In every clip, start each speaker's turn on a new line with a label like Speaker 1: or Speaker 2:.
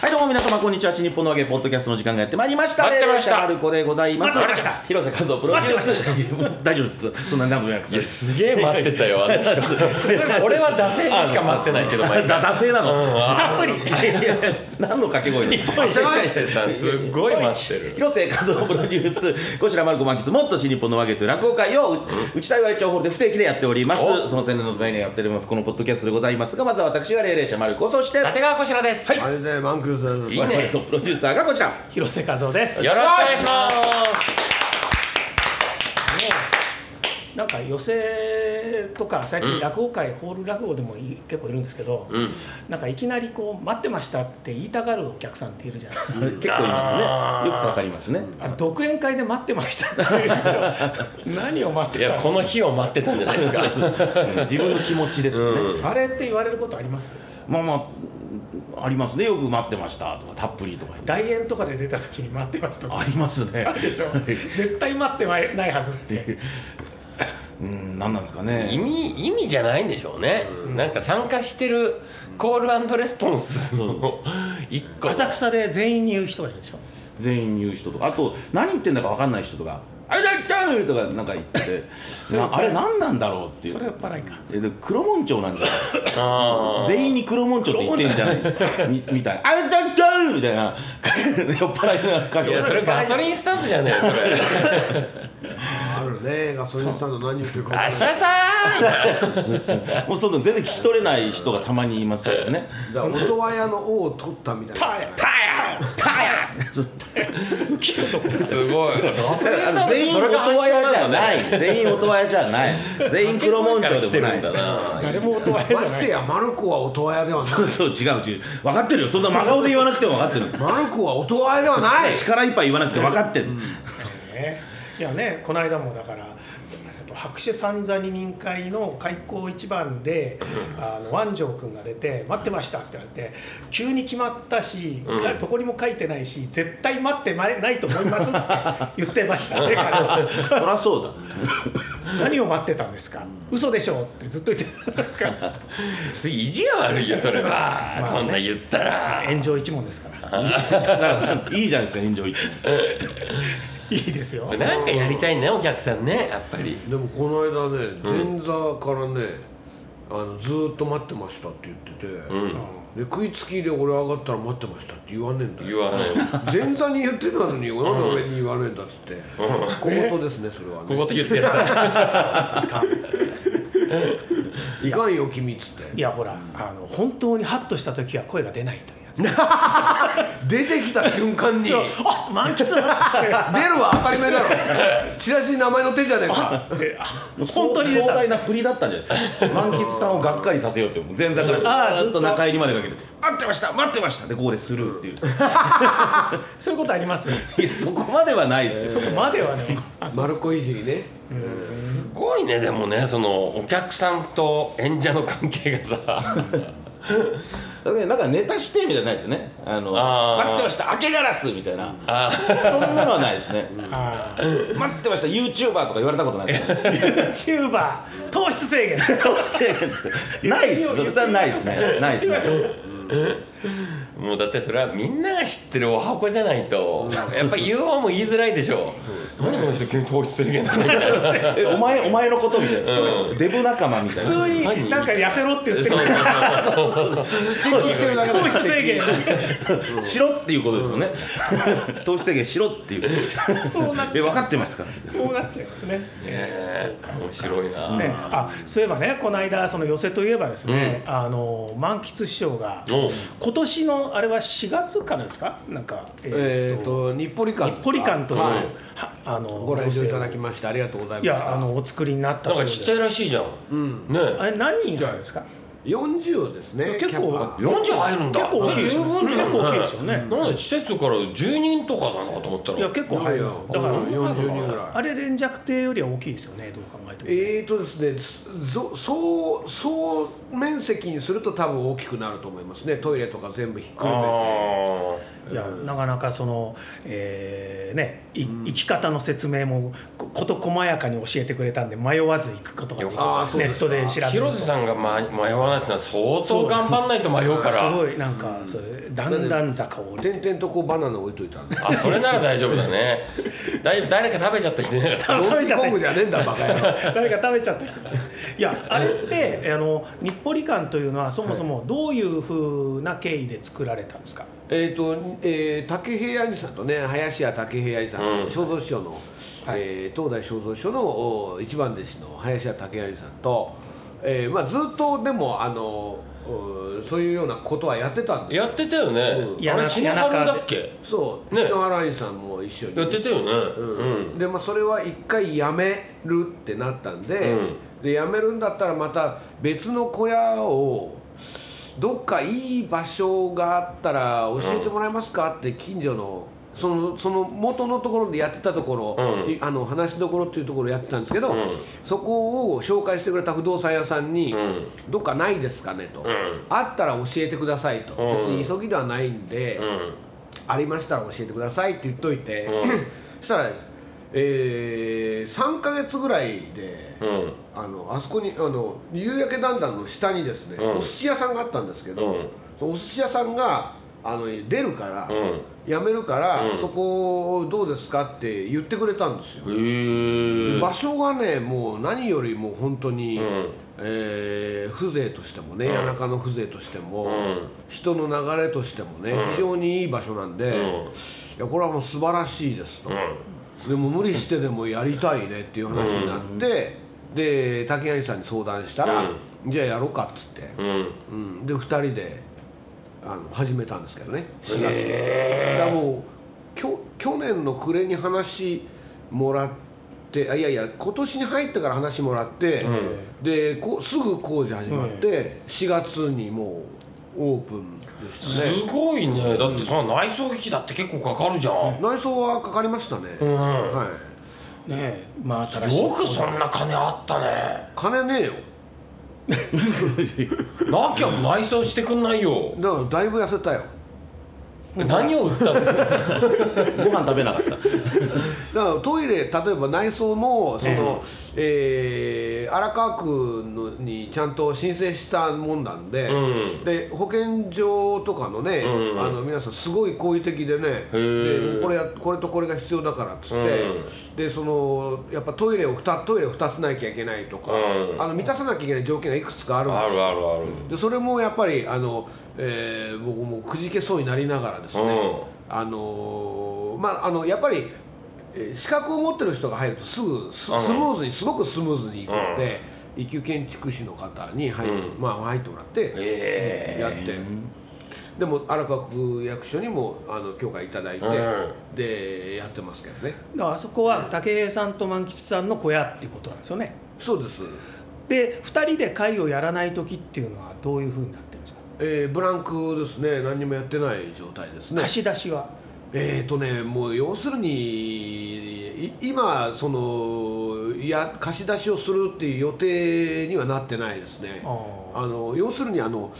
Speaker 1: はい、どうも皆様、こんにちは。新日本の揚げポッドキャストの時間がやってまいりました。
Speaker 2: 待ってました
Speaker 1: レイラシャルコでございます。
Speaker 2: 待ってました
Speaker 1: 広瀬和夫プロデュ
Speaker 2: 待って
Speaker 1: ース。 大丈夫です。そんな何もなくて。
Speaker 2: すげえ待ってたよ、あの人俺は惰性にしか待ってないけど、 毎回
Speaker 1: だ惰性な
Speaker 2: うん
Speaker 1: の。
Speaker 2: あー
Speaker 1: たっぷり。いやいや何の掛け声ですか
Speaker 2: 日本一周さんすごい待ってる
Speaker 1: 広瀬和夫プロデュース、こちらマルコ満喫、もっと新日本の和芸という落語会を、う内田岩井町ホールで不定期でやっております。
Speaker 2: お
Speaker 1: その宣伝の概念をやっております、このポッドキャストでございますが、まずは私が霊霊者マルコ、そして、
Speaker 3: 立川こちらです。
Speaker 1: は
Speaker 4: あれでマンクーさん
Speaker 1: いいね、プロデューサーがこちら。
Speaker 3: 広瀬和夫です。。
Speaker 2: よろしくお願いします
Speaker 3: なんか寄席とか最近落語会、ホール落語でもい結構いるんですけど、
Speaker 2: うん
Speaker 3: なんかいきなりこう待ってましたって言いたがるお客さんっているじゃないで
Speaker 1: 結構いい
Speaker 3: すか。
Speaker 1: ですね。よくわかりますね。。
Speaker 3: あ独演会で待ってましたってい う人何を待っ
Speaker 2: い
Speaker 3: てた
Speaker 2: や、こ
Speaker 3: の
Speaker 2: の日を待ってたんじゃないですか
Speaker 1: 自分の気持ちですね
Speaker 2: うん
Speaker 3: あれって言われることあります
Speaker 1: まあまあ、ありますね、よく待ってましたとか、たっぷりとか言って、
Speaker 3: 大演とかで出た時に待ってましたとか
Speaker 1: ありますね。
Speaker 3: あるでしょ絶対待ってないはずって
Speaker 1: うん、なんなんですかね。
Speaker 2: 意味意味じゃないんでしょうね、
Speaker 4: うん
Speaker 2: なんか参加してるコールレスポンスの一個
Speaker 3: 浅草で全員に言う人がいるでしょ
Speaker 1: 全員言う人とか、あと、何言ってんだかわかんない人とか、あれだ、行っちゃうとか、なんか言ってて、なあれ、何なんだろうっていう。
Speaker 3: それは酔っ払いか
Speaker 1: えで黒門町なんじゃない
Speaker 2: あー
Speaker 1: 全員に黒門町って言ってんじゃないみみ たいな、あれだ、行っちゃうみたいな、 酔っ払いな感
Speaker 2: い
Speaker 1: じ
Speaker 2: やそれガソリンスタンドじゃねえよそれ
Speaker 4: あるねガソリンスタンド何言ってるか分か
Speaker 2: あ
Speaker 4: ん
Speaker 2: しゃ
Speaker 4: ない
Speaker 2: さ
Speaker 1: もうその全然聞き取れない人がたまにいますからね。
Speaker 4: だから音羽屋の王を取ったみたいな
Speaker 1: パヤパヤ
Speaker 2: ーいすごい
Speaker 1: 全員音羽屋じゃない。全員音羽屋じゃない。全員黒門町でもない。
Speaker 3: 誰も音は
Speaker 4: ま
Speaker 3: 入らな
Speaker 4: して
Speaker 3: い
Speaker 4: やマルコは音羽屋では
Speaker 1: そ
Speaker 4: な
Speaker 1: う
Speaker 4: い
Speaker 1: そう違う違う。分かってるよ。そんな真 顔で言わなくても分かってる。
Speaker 4: マルコは音羽屋ではない
Speaker 1: 力いっぱい言わなくて分かってる。
Speaker 3: ね いやね、この間もだから、えっと白手三座二人会の開口一番で、あの万丈君が出て、待ってましたって言われて、急に決まったし、
Speaker 2: うん
Speaker 3: どこにも書いてないし、絶対待ってまないと思いますって言ってました
Speaker 1: そ
Speaker 3: ね、彼
Speaker 1: り
Speaker 3: は
Speaker 1: ゃそうだ。
Speaker 3: 何を待ってたんですか、嘘でしょってずっと言ってたんで すから、
Speaker 2: 意地が悪いよそれは、
Speaker 3: まあね
Speaker 2: そんな言ったら
Speaker 3: 炎上一問ですから、
Speaker 1: いいじゃないですか、炎上一
Speaker 3: いいですよ。
Speaker 2: なんかやりたいねお客さんねやっぱり
Speaker 4: でもこの間ね
Speaker 2: うん
Speaker 4: 前座からねあのずーっと待ってましたって言ってて、
Speaker 2: うん
Speaker 4: で食いつきで俺上がったら待ってましたって言わねえんだ
Speaker 2: 言
Speaker 4: よ
Speaker 2: わない
Speaker 4: 前座に言ってたのになんで俺に言わねえんだっつって
Speaker 2: ん
Speaker 4: 小言ですねそれは
Speaker 2: ここ
Speaker 4: ね
Speaker 2: で言ってやった
Speaker 4: いかんよ君っつって
Speaker 3: いやほらあの本当にハッとした時は声が出ないというやつ
Speaker 4: 出てきた瞬間に
Speaker 3: あ満喫だ
Speaker 4: 出るは当たり前だ ろチラシに名前載ってんじゃねえか
Speaker 1: 問。本当に壮大な振りだったんじゃないですか。満喫さんをがっかりさせようって、前座からずっと中入りまでかけて、待ってました、待ってましたで、ここでスルーって いう。
Speaker 3: そういうことあります
Speaker 1: いやそこまではないですよ。
Speaker 3: そこまではね
Speaker 4: マルコイジーね
Speaker 2: すごいねでもねそのお客さんと演者の関係が さ
Speaker 1: だからねなんかネタ指定みたいなのないですよね。あの
Speaker 2: あー
Speaker 1: 待ってました、明けガラスみたいな。
Speaker 2: あ
Speaker 1: そんなのはないです ね。
Speaker 3: あ
Speaker 1: 待ってました、YouTuber とか言われたことないです ね。
Speaker 3: ー YouTuber 糖質制限
Speaker 1: ないです、絶対ないですね。ないですね。
Speaker 2: もうだってそれはみんなが知ってるお箱じゃないとやっぱ言おうも言いづらいでしょ何この人急に糖質制限なのみたいな
Speaker 1: えお前、お前のことみたいな
Speaker 2: う。ん
Speaker 1: デブ仲間みたい
Speaker 3: 普
Speaker 1: な。
Speaker 3: 通になんか痩せろって言ってる
Speaker 4: そうそうそう
Speaker 3: 糖質制限
Speaker 1: しろっていうことですよね。投資制限しろっていう。
Speaker 3: そうなっちゃ
Speaker 1: え
Speaker 3: う
Speaker 1: 分かってますから。
Speaker 3: そうなっちゃいますね
Speaker 2: ねえ面白いな、
Speaker 3: ね、あそういえばね、この間、その寄席といえばですね、
Speaker 2: う
Speaker 3: あの満喫師匠が、
Speaker 2: おう
Speaker 3: 今年のあれは4月からですか、なんか、
Speaker 4: えっと日暮里館
Speaker 3: 日暮里館という、
Speaker 4: はい
Speaker 3: はあの
Speaker 4: ご来場いただきましてありがとうございま
Speaker 3: い
Speaker 4: した
Speaker 3: やあのお作りになった
Speaker 2: なんか
Speaker 3: という
Speaker 2: ちっちゃいらしいじゃん
Speaker 4: うん
Speaker 2: ね
Speaker 3: あれ何人いるんですか
Speaker 4: 40ですね
Speaker 3: 結構
Speaker 2: え40入るんだ
Speaker 3: 結構大きいですよ
Speaker 2: 十分だ
Speaker 3: 結構大きいですよね
Speaker 2: なんで施設から10人とかなのかと思ったら
Speaker 3: いや結構入るんですよだから、あ
Speaker 4: いやいや40人ぐらい
Speaker 3: れ連弱亭よりは大きいですよねどう考えても、
Speaker 4: えーとですね、ぞ総総面積にすると多分大きくなると思いますね、トイレとか全部ひっくる
Speaker 3: い
Speaker 2: あ
Speaker 4: めて、
Speaker 3: やなかなかその、えーね、い
Speaker 4: うん
Speaker 3: 生き方の説明もこ事細やかに教えてくれたんで迷わず行くことができ
Speaker 4: あーそう
Speaker 3: ネ
Speaker 4: で
Speaker 3: ッ
Speaker 4: す
Speaker 3: トで調べ
Speaker 2: 広瀬さんが、ま、迷わないってのは相当頑張んないと迷うから
Speaker 3: すごいなんか、それだんだん坂を降りて
Speaker 4: 点々とこうバナナ置いといたんだ
Speaker 2: あそれなら大丈夫だねだい誰か食べちゃった人いなかった
Speaker 4: ドンキコングじゃねえん だバカ野郎
Speaker 3: 誰か食べちゃった人いやあれってあの日暮里館というのはそもそもどういうふうな経緯で作られたんですか、
Speaker 4: えーとえー竹平兄さんとね林家竹平兄さん、
Speaker 2: うん
Speaker 4: 肖像師匠の、えー東大肖像師匠のお一番弟子の林家竹平兄さんと、えーまあ、ずっとでもあのうーそういうようなことはやってたんですよ
Speaker 2: やってたよね、
Speaker 4: うん
Speaker 2: あれ篠原だっけ
Speaker 4: そう、
Speaker 2: ね
Speaker 4: 篠原兄さんも一緒に
Speaker 2: やってたよね
Speaker 4: うん
Speaker 2: うん
Speaker 4: でまあ、それは一回やめるってなったんで,、
Speaker 2: う
Speaker 4: でやめるんだったらまた別の小屋をどっかいい場所があったら教えてもらえますかって近所の。そのその元のところでやってたところ、
Speaker 2: うん
Speaker 4: いあの話しどころっていうところやってたんですけど、
Speaker 2: うん
Speaker 4: そこを紹介してくれた不動産屋さんに、
Speaker 2: うん
Speaker 4: どっかないですかねと、
Speaker 2: うん
Speaker 4: あったら教えてくださいと、
Speaker 2: うん
Speaker 4: 別に急ぎではないんで、
Speaker 2: うん
Speaker 4: ありましたら教えてくださいって言っといて、
Speaker 2: うん
Speaker 4: そしたら、えー3ヶ月ぐらいで、
Speaker 2: うん
Speaker 4: あのあそこにあの夕焼けだんだんの下にですね、
Speaker 2: うん
Speaker 4: お寿司屋さんがあったんですけど、
Speaker 2: うん
Speaker 4: そのお寿司屋さんがあの出るか
Speaker 2: う
Speaker 4: ら、
Speaker 2: ん
Speaker 4: 辞めるから、
Speaker 2: うん
Speaker 4: そこをどうですかって言ってくれたんですよ。
Speaker 2: へえ
Speaker 4: 場所がね、もう何よりも本当
Speaker 2: う
Speaker 4: に、
Speaker 2: ん
Speaker 4: えー風情としてもね、
Speaker 2: うん
Speaker 4: 谷中の風情としても、
Speaker 2: うん
Speaker 4: 人の流れとしてもね、
Speaker 2: うん
Speaker 4: 非常にいい場所なん
Speaker 2: う
Speaker 4: で、
Speaker 2: ん
Speaker 4: いやこれはもう素晴らしいですと、でも無理してでもやりたいねっていう話になって、で竹谷さんに相談したら、じゃあやろうかっつって、
Speaker 2: うんうん
Speaker 4: うんで2人であの始めたんですけどね4月
Speaker 2: へー
Speaker 4: だからもうきょ去年の暮れに話もらってあいやいや今年に入ってから話もらって、
Speaker 2: う
Speaker 4: でこうすぐ工事始まって、4月にもうオープンでした
Speaker 2: す
Speaker 4: ね
Speaker 2: ごいねだってその内装機器だって結構かかるじゃん、
Speaker 4: 内装はかかりましたね、
Speaker 2: うん
Speaker 4: はい、
Speaker 3: ねえまあ、新しい
Speaker 2: よくそんな金あったね
Speaker 4: 金ねえよ
Speaker 2: なきゃ内装してくんないよ
Speaker 4: だからだいぶ痩せたよ
Speaker 2: 何を売ったの
Speaker 1: ご飯食べなかった
Speaker 4: だからトイレ、例えば内装もその、えー荒川区のにちゃんと申請したもんなんで,、
Speaker 2: うん
Speaker 4: で保健所とかのね、
Speaker 2: うん
Speaker 4: あの皆さん、すごい好意的でね
Speaker 2: ー
Speaker 4: でこれや、これとこれが必要だからっつって、でそのやっぱトイレを 2, トイレを2つなきゃいけないとか、
Speaker 2: うん
Speaker 4: あの満たさなきゃいけない条件がいくつかあるんです
Speaker 2: あるあるある
Speaker 4: でそれもやっぱりあの、えー僕もくじけそうになりながらですね、
Speaker 2: う
Speaker 4: あのーまああのやっぱり、えー資格を持ってる人が入るとすぐス,、
Speaker 2: うん
Speaker 4: ムーズにすごくスムーズにいくので、一級建築士の方に入,、
Speaker 2: うん
Speaker 4: まあ、入ってもらって
Speaker 2: ええ
Speaker 4: やって、でも荒川区役所にもあの許可いただいて、
Speaker 2: う
Speaker 4: でやってますけどね
Speaker 3: だからあそこは武井さんと万吉さんの小屋っていうことなんですよね
Speaker 4: そうです、
Speaker 3: で2人で会をやらない時っていうのはどういうふうになってるんですか、
Speaker 4: えーブランクですね何にもやってない状態ですね
Speaker 3: 貸し出しは
Speaker 4: えーとね、もう要するに、い今そのいや、貸し出しをするっていう予定にはなってないですね、
Speaker 3: あー
Speaker 4: あの要するにあの、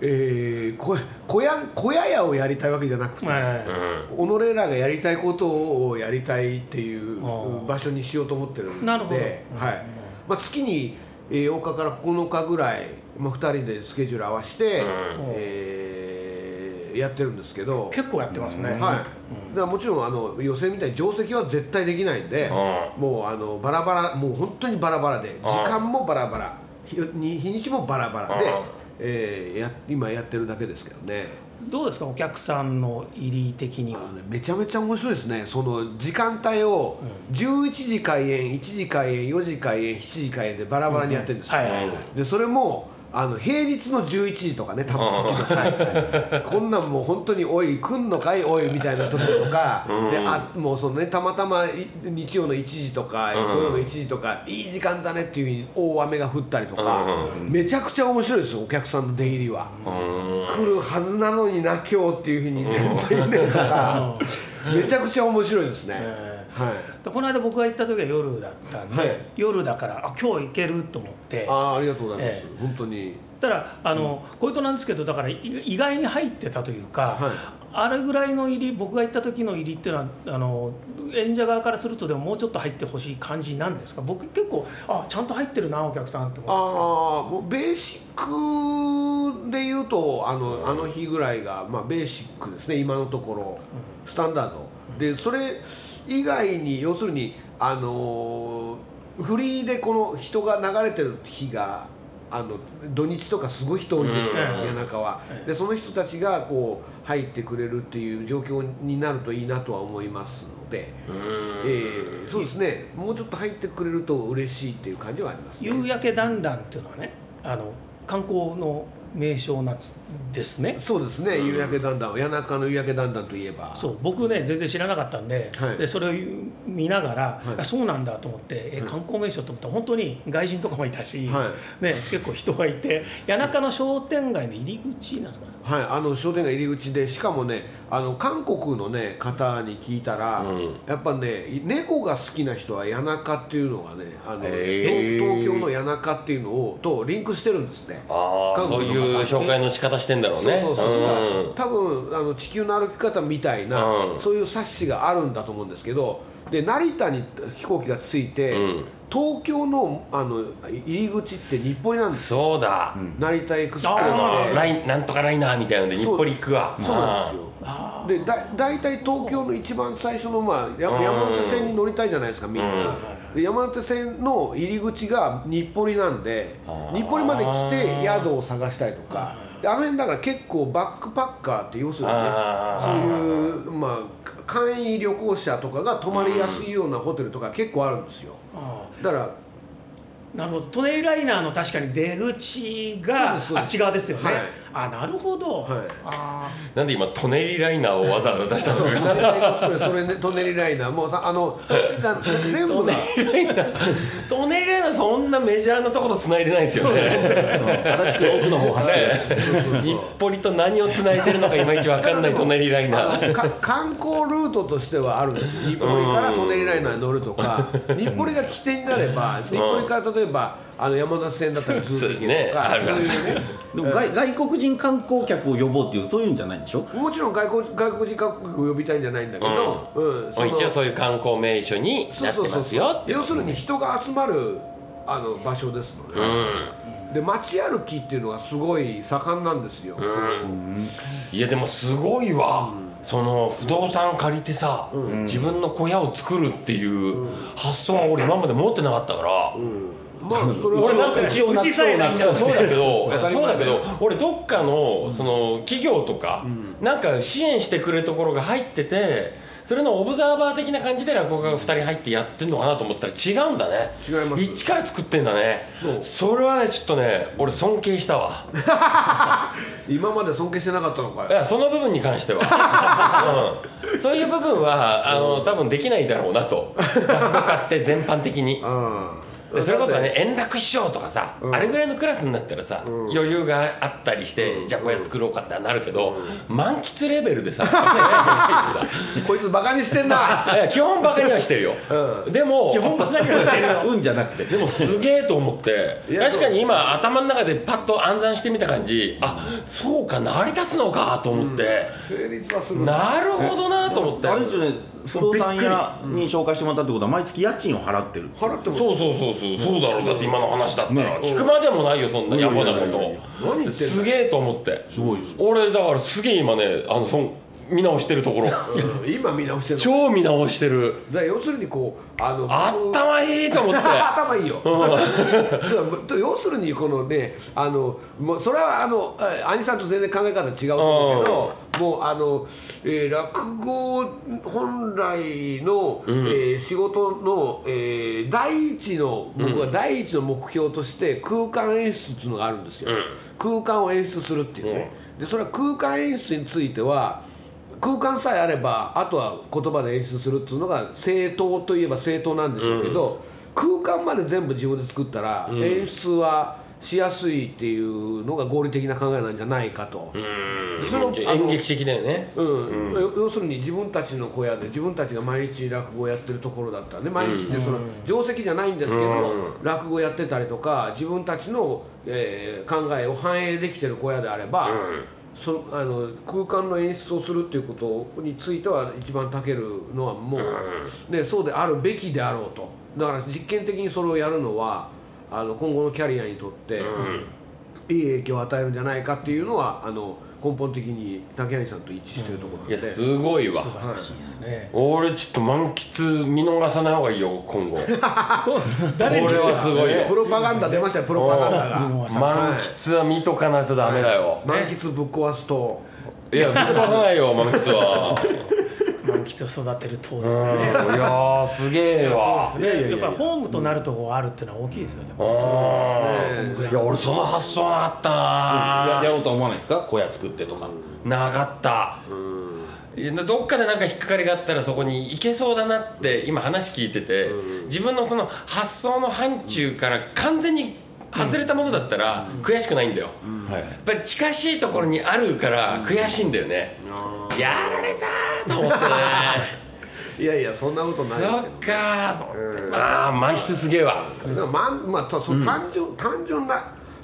Speaker 4: えーこ小屋小屋屋をやりたいわけじゃなくて、
Speaker 3: え
Speaker 2: ん
Speaker 4: 己らがやりたいことをやりたいっていう
Speaker 3: あー
Speaker 4: 場所にしようと思ってるんで、
Speaker 3: なるほど
Speaker 4: はいまあ、月にえー8日から9日ぐらい、まあ、2人でスケジュール合わせて、
Speaker 2: うん
Speaker 4: えーやってるんですけど。
Speaker 3: 結構やってますね、
Speaker 4: は
Speaker 3: うん
Speaker 4: い、だからもちろんあの予選みたいに定石は絶対できないんで、
Speaker 2: う
Speaker 4: もうあのバラバラ、もう本当にバラバラで、時間もバラバラ、日に日にちもバラバラで
Speaker 2: うん、
Speaker 4: えーや今やってるだけですけどね
Speaker 3: どうですかお客さんの入り的に
Speaker 4: あ
Speaker 3: は、
Speaker 4: のね、めちゃめちゃ面白いですね、その時間帯を
Speaker 3: う
Speaker 4: 11時開演、1時開演、4時開演、7時開演でバラバラにやってるんですよ、
Speaker 3: はいはいはい
Speaker 4: でそれもあの平日の11時とかね、たぶん、
Speaker 2: う
Speaker 4: こんなんもう本当に、おい、来んのかい、おいみたいな時とか、
Speaker 2: うん
Speaker 4: であもうそのね、たまたまい日曜の1時とか、
Speaker 2: うん
Speaker 4: 土曜の1時とか、いい時間だねっていう風に大雨が降ったりとか、
Speaker 2: うん
Speaker 4: めちゃくちゃ面白いですよ、お客さんの出入りは。来るはずなのにな、今日っていうふうに全然言ねえから、めちゃくちゃ面白いですね。
Speaker 3: えー
Speaker 4: はい
Speaker 3: でこの間僕が行った時は夜だったんで、
Speaker 4: はい
Speaker 3: 夜だからあ今日行けると思って
Speaker 4: ああ、ありがとうございます。
Speaker 3: ええ
Speaker 4: 本当に。
Speaker 3: たらあの、こういうとなんですけどだからい意外に入ってたというか、
Speaker 4: はい
Speaker 3: あれぐらいの入り僕が行った時の入りっていうのはあの演者側からするとでももうちょっと入ってほしい感じなんですか僕結構あちゃんと入ってるなお客さんって思って
Speaker 4: ああもうベーシックで言うとあのあの日ぐらいが、まあ、ベーシックですね今のところスタンダードでそれ以外に要するにあのーフリーでこの人が流れてる日があの土日とかすごい人多いんです
Speaker 2: う
Speaker 4: よ、
Speaker 2: ん
Speaker 4: 夜中は
Speaker 3: う、ん
Speaker 4: でその人たちがこう入ってくれるっていう状況になるといいなとは思いますので、えーそうですねもうちょっと入ってくれると嬉しいっていう感じはあります、ね、
Speaker 3: 夕焼けだんだんっていうのはねあの観光の名称なんですね
Speaker 4: そうですね、夕焼けだんだんは、谷中の夕焼けだんだんといえば、
Speaker 3: そう僕ね全然知らなかったんで,、
Speaker 4: はい
Speaker 3: でそれを見ながら、
Speaker 4: はい
Speaker 3: あそうなんだと思って、え
Speaker 4: はい
Speaker 3: 観光名所と思ったら本当に外人とかもいたし、
Speaker 4: は
Speaker 3: ね、結構人がいて谷中の商店街の入り口なんですかね
Speaker 4: はい、あの商店街入り口で、しかもね、あの韓国の、ね、方に聞いたら、
Speaker 2: うん
Speaker 4: やっぱね、猫が好きな人は谷中っていうのがね、あの
Speaker 2: へ
Speaker 4: 東
Speaker 2: ー
Speaker 4: 東京の谷中っていうのをとリンクしてるんですね。
Speaker 2: ああ
Speaker 4: 韓
Speaker 2: そう
Speaker 4: 国
Speaker 2: いう
Speaker 4: の方
Speaker 2: 紹介の仕方してんだろうね
Speaker 4: そうそうそう
Speaker 2: うん
Speaker 4: 多分あの地球の歩き方みたいな、
Speaker 2: うん
Speaker 4: そういう冊子があるんだと思うんですけどで成田に飛行機が着いて、
Speaker 2: うん
Speaker 4: 東京のあの入り口って日暮里なんです
Speaker 2: そ
Speaker 4: よ
Speaker 2: う
Speaker 1: う
Speaker 2: だ、
Speaker 1: ん
Speaker 4: 成田エクスプレス
Speaker 3: あ
Speaker 2: あのラインなんとかライナーみたいなので日暮里行くわ
Speaker 4: そうなんで
Speaker 3: あー
Speaker 4: すよでだ大体東京の一番最初の、まあ、や山手線に乗りたいじゃないですかみんな、で山手線の入り口が日暮里なんで
Speaker 2: あー
Speaker 4: 日暮里まで来て宿を探したりとかであの辺だから結構バックパッカーって要するにね
Speaker 2: あ
Speaker 4: そういう、まあ、簡易旅行者とかが泊まりやすいようなホテルとか結構あるんですよ
Speaker 3: あ
Speaker 4: だから
Speaker 3: ーなるほどトレイライナーの確かに出口が
Speaker 4: そう
Speaker 3: あ
Speaker 4: ですそうです
Speaker 3: っち側ですよね、
Speaker 4: はい
Speaker 3: あなるほど、
Speaker 4: はい
Speaker 3: あー
Speaker 2: なんで今トネリライナーをわざわざ出したの
Speaker 4: そ
Speaker 2: か
Speaker 4: れ それねトネリライナーもうさあの
Speaker 2: トネリライナー
Speaker 4: 全部が
Speaker 2: トネリライナーそんなメジャーなところ繋いでないですよね
Speaker 1: 正しく奥の方走って
Speaker 4: る
Speaker 2: ね 日暮里と何を繋いでるのかいまいちわかんないトネリライナ
Speaker 4: あの
Speaker 2: ー
Speaker 4: か観光ルートとしてはあるんですよ日暮里から舎人ライナーに乗ると か
Speaker 2: うん
Speaker 4: 日暮里が起点になれば日暮里から例えばあの山手線だったらずっと行けるとか
Speaker 2: そうですね
Speaker 4: そういうね
Speaker 1: でも外外国人観光客を呼ぼうっていうそういうんじゃないんでしょ
Speaker 4: もちろん外国外国人各国を呼びたいんじゃないんだけど、うん
Speaker 2: まあ一応そういう観光名所になってますよってい
Speaker 4: 要するに
Speaker 2: う
Speaker 4: 人が集まるあの場所ですので、
Speaker 2: ん
Speaker 4: で街歩きっていうのがすごい盛んなんですよ、
Speaker 2: うんいやでもすごいわ、その不動産借りてさ、
Speaker 4: うん
Speaker 2: 自分の小屋を作るっていう発想は俺今まで持ってなかったから、
Speaker 4: うんまあそれは
Speaker 2: 俺なんか
Speaker 1: 一応なくそうなく
Speaker 2: いやそうだけど
Speaker 4: 当たり
Speaker 2: そう
Speaker 4: 前だ
Speaker 2: だけど
Speaker 4: よ
Speaker 2: 俺どっかのその企業とか、
Speaker 4: うん
Speaker 2: なんか支援してくれるところが入っててそれのオブザーバー的な感じで落語家が2人入ってやってるのかなと思ったら違うんだね
Speaker 4: 違います
Speaker 2: 一から作ってんだね
Speaker 4: そ
Speaker 2: れはねちょっとね俺尊敬したわ
Speaker 4: 今まで尊敬してなかったのか
Speaker 2: い
Speaker 4: よ
Speaker 2: やその部分に関して は、うんそういう部分はあの多分できないだろうなと落語家って全般的に
Speaker 4: う
Speaker 2: で
Speaker 4: ん
Speaker 2: それこそね円楽師匠とかさ、
Speaker 4: うん
Speaker 2: あれぐらいのクラスになったらさ、
Speaker 4: うん
Speaker 2: 余裕があったりして、
Speaker 4: うん
Speaker 2: じゃあこうやって作ろうかってなるけど、
Speaker 4: う
Speaker 2: 満喫レベル でさ
Speaker 4: こいつバカにしてん な
Speaker 2: いや基本バカにはしてるよ、
Speaker 4: うん
Speaker 2: でも
Speaker 3: 基本バカにはしてるよ
Speaker 1: 運じゃなくて
Speaker 2: でもすげえと思って
Speaker 4: いや
Speaker 2: 確かに今頭の中でパッと暗算してみた感じあそうか成り立つのかと思って、
Speaker 4: 成立はする
Speaker 2: なるほどなと思って
Speaker 1: あれですよね不動産屋に紹介してもらったってことは毎月家賃を払ってる
Speaker 4: 払っ
Speaker 2: そ
Speaker 4: て
Speaker 2: う
Speaker 4: も
Speaker 2: そうそうそうそうだろうだって今の話だったら、
Speaker 1: ね
Speaker 2: 聞くまでもないよそんな野暮なこと
Speaker 4: 何言ってん
Speaker 2: す
Speaker 4: の
Speaker 2: げえと思って
Speaker 1: すごいです
Speaker 2: 俺だからすげえ今ねあのそん見直してるところ
Speaker 4: うん今見直してるの
Speaker 2: 超見直してる
Speaker 4: だから要するにこうあの
Speaker 2: 頭いいと思って
Speaker 4: 頭いいよ、
Speaker 2: うん
Speaker 4: そう要するにこのねあのもうそれはあのえ兄さんと全然考え方違うと思うけど、もうあの、えー落語本来の、
Speaker 2: うん
Speaker 4: えー仕事の、えー第一の僕は第一の目標として空間演出っていうのがあるんですよ、空間を演出するっていうね、でそれは空間演出については空間さえあればあとは言葉で演出するっていうのが正当といえば正当なんでしょうけど、空間まで全部自分で作ったら
Speaker 2: うん
Speaker 4: 演出はしやすいっていうのが合理的な考えなんじゃないかと、
Speaker 2: うん
Speaker 4: そのあの
Speaker 2: 演劇的だよね
Speaker 4: うん
Speaker 2: うん
Speaker 4: 要するに自分たちの小屋で自分たちが毎日落語をやってるところだったらね毎日ね
Speaker 2: うん
Speaker 4: その定石じゃないんですけど、
Speaker 2: うん
Speaker 4: 落語やってたりとか自分たちの、えー考えを反映できてる小屋であれ
Speaker 2: う
Speaker 4: ば、
Speaker 2: ん
Speaker 4: そあの空間の演出をするっていうことについては一番たけるのはもう、ね、そうであるべきであろうとだから実験的にそれをやるのはあの今後のキャリアにとって、いい影響を与えるんじゃないかっていうのはあの根本的に竹谷さんと一致してるところなん
Speaker 2: い
Speaker 4: で、
Speaker 2: やすごいわ
Speaker 3: ね
Speaker 2: 俺ちょっと満喫見逃さない方がいいよ今後誰にこれはすごいよ
Speaker 4: プロパガンダ出ましたよプロパガンダが、
Speaker 2: うん満喫は見とかないとダメだよ、
Speaker 4: 満喫ぶっ壊すと
Speaker 2: いや見逃さないよ満喫は
Speaker 3: 満喫を育てる党
Speaker 2: う
Speaker 3: です
Speaker 2: ん
Speaker 3: ね
Speaker 2: いやーすげえわ
Speaker 3: そうですねやっぱりホームとなるとこがあるっていうのは大きいですよね
Speaker 2: うんいや俺その発想なかったな
Speaker 1: やろうとは思わないですか小屋作ってとか
Speaker 2: なかったいやどっかでなんか引っかかりがあったらそこに行けそうだなって今話聞いてて自分のこの発想の範疇から完全に外れたものだったら悔しくないんだよやっぱり近しいところにあるから悔しいんだよねやられたーと思 ってね
Speaker 4: いやいやそんなこと
Speaker 2: そ
Speaker 4: な
Speaker 2: っ
Speaker 4: い
Speaker 2: か
Speaker 4: う
Speaker 2: ー
Speaker 4: ん
Speaker 2: まあ満喫すげえわ
Speaker 4: けどだからまんまあたそ単純、単純な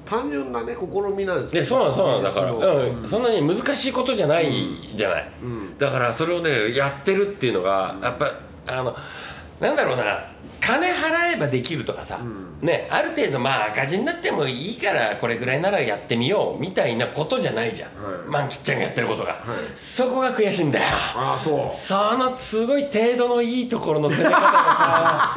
Speaker 4: 単純なね試みなんです
Speaker 2: でそうなんそうなんだから、うん、そんなに難しいことじゃないじゃない、
Speaker 4: うん
Speaker 2: だからそれをねやってるっていうのがやっぱあのなんだろうな金払えばできるとかさ、
Speaker 4: うん
Speaker 2: ね、ある程度まあ赤字になってもいいからこれぐらいならやってみようみたいなことじゃないじゃん、
Speaker 4: は
Speaker 2: まあきっちゃんがやってることが、
Speaker 4: はい
Speaker 2: そこが悔しいんだよ
Speaker 4: ああそう
Speaker 2: そのすごい程度のいいところの攻め方 がさ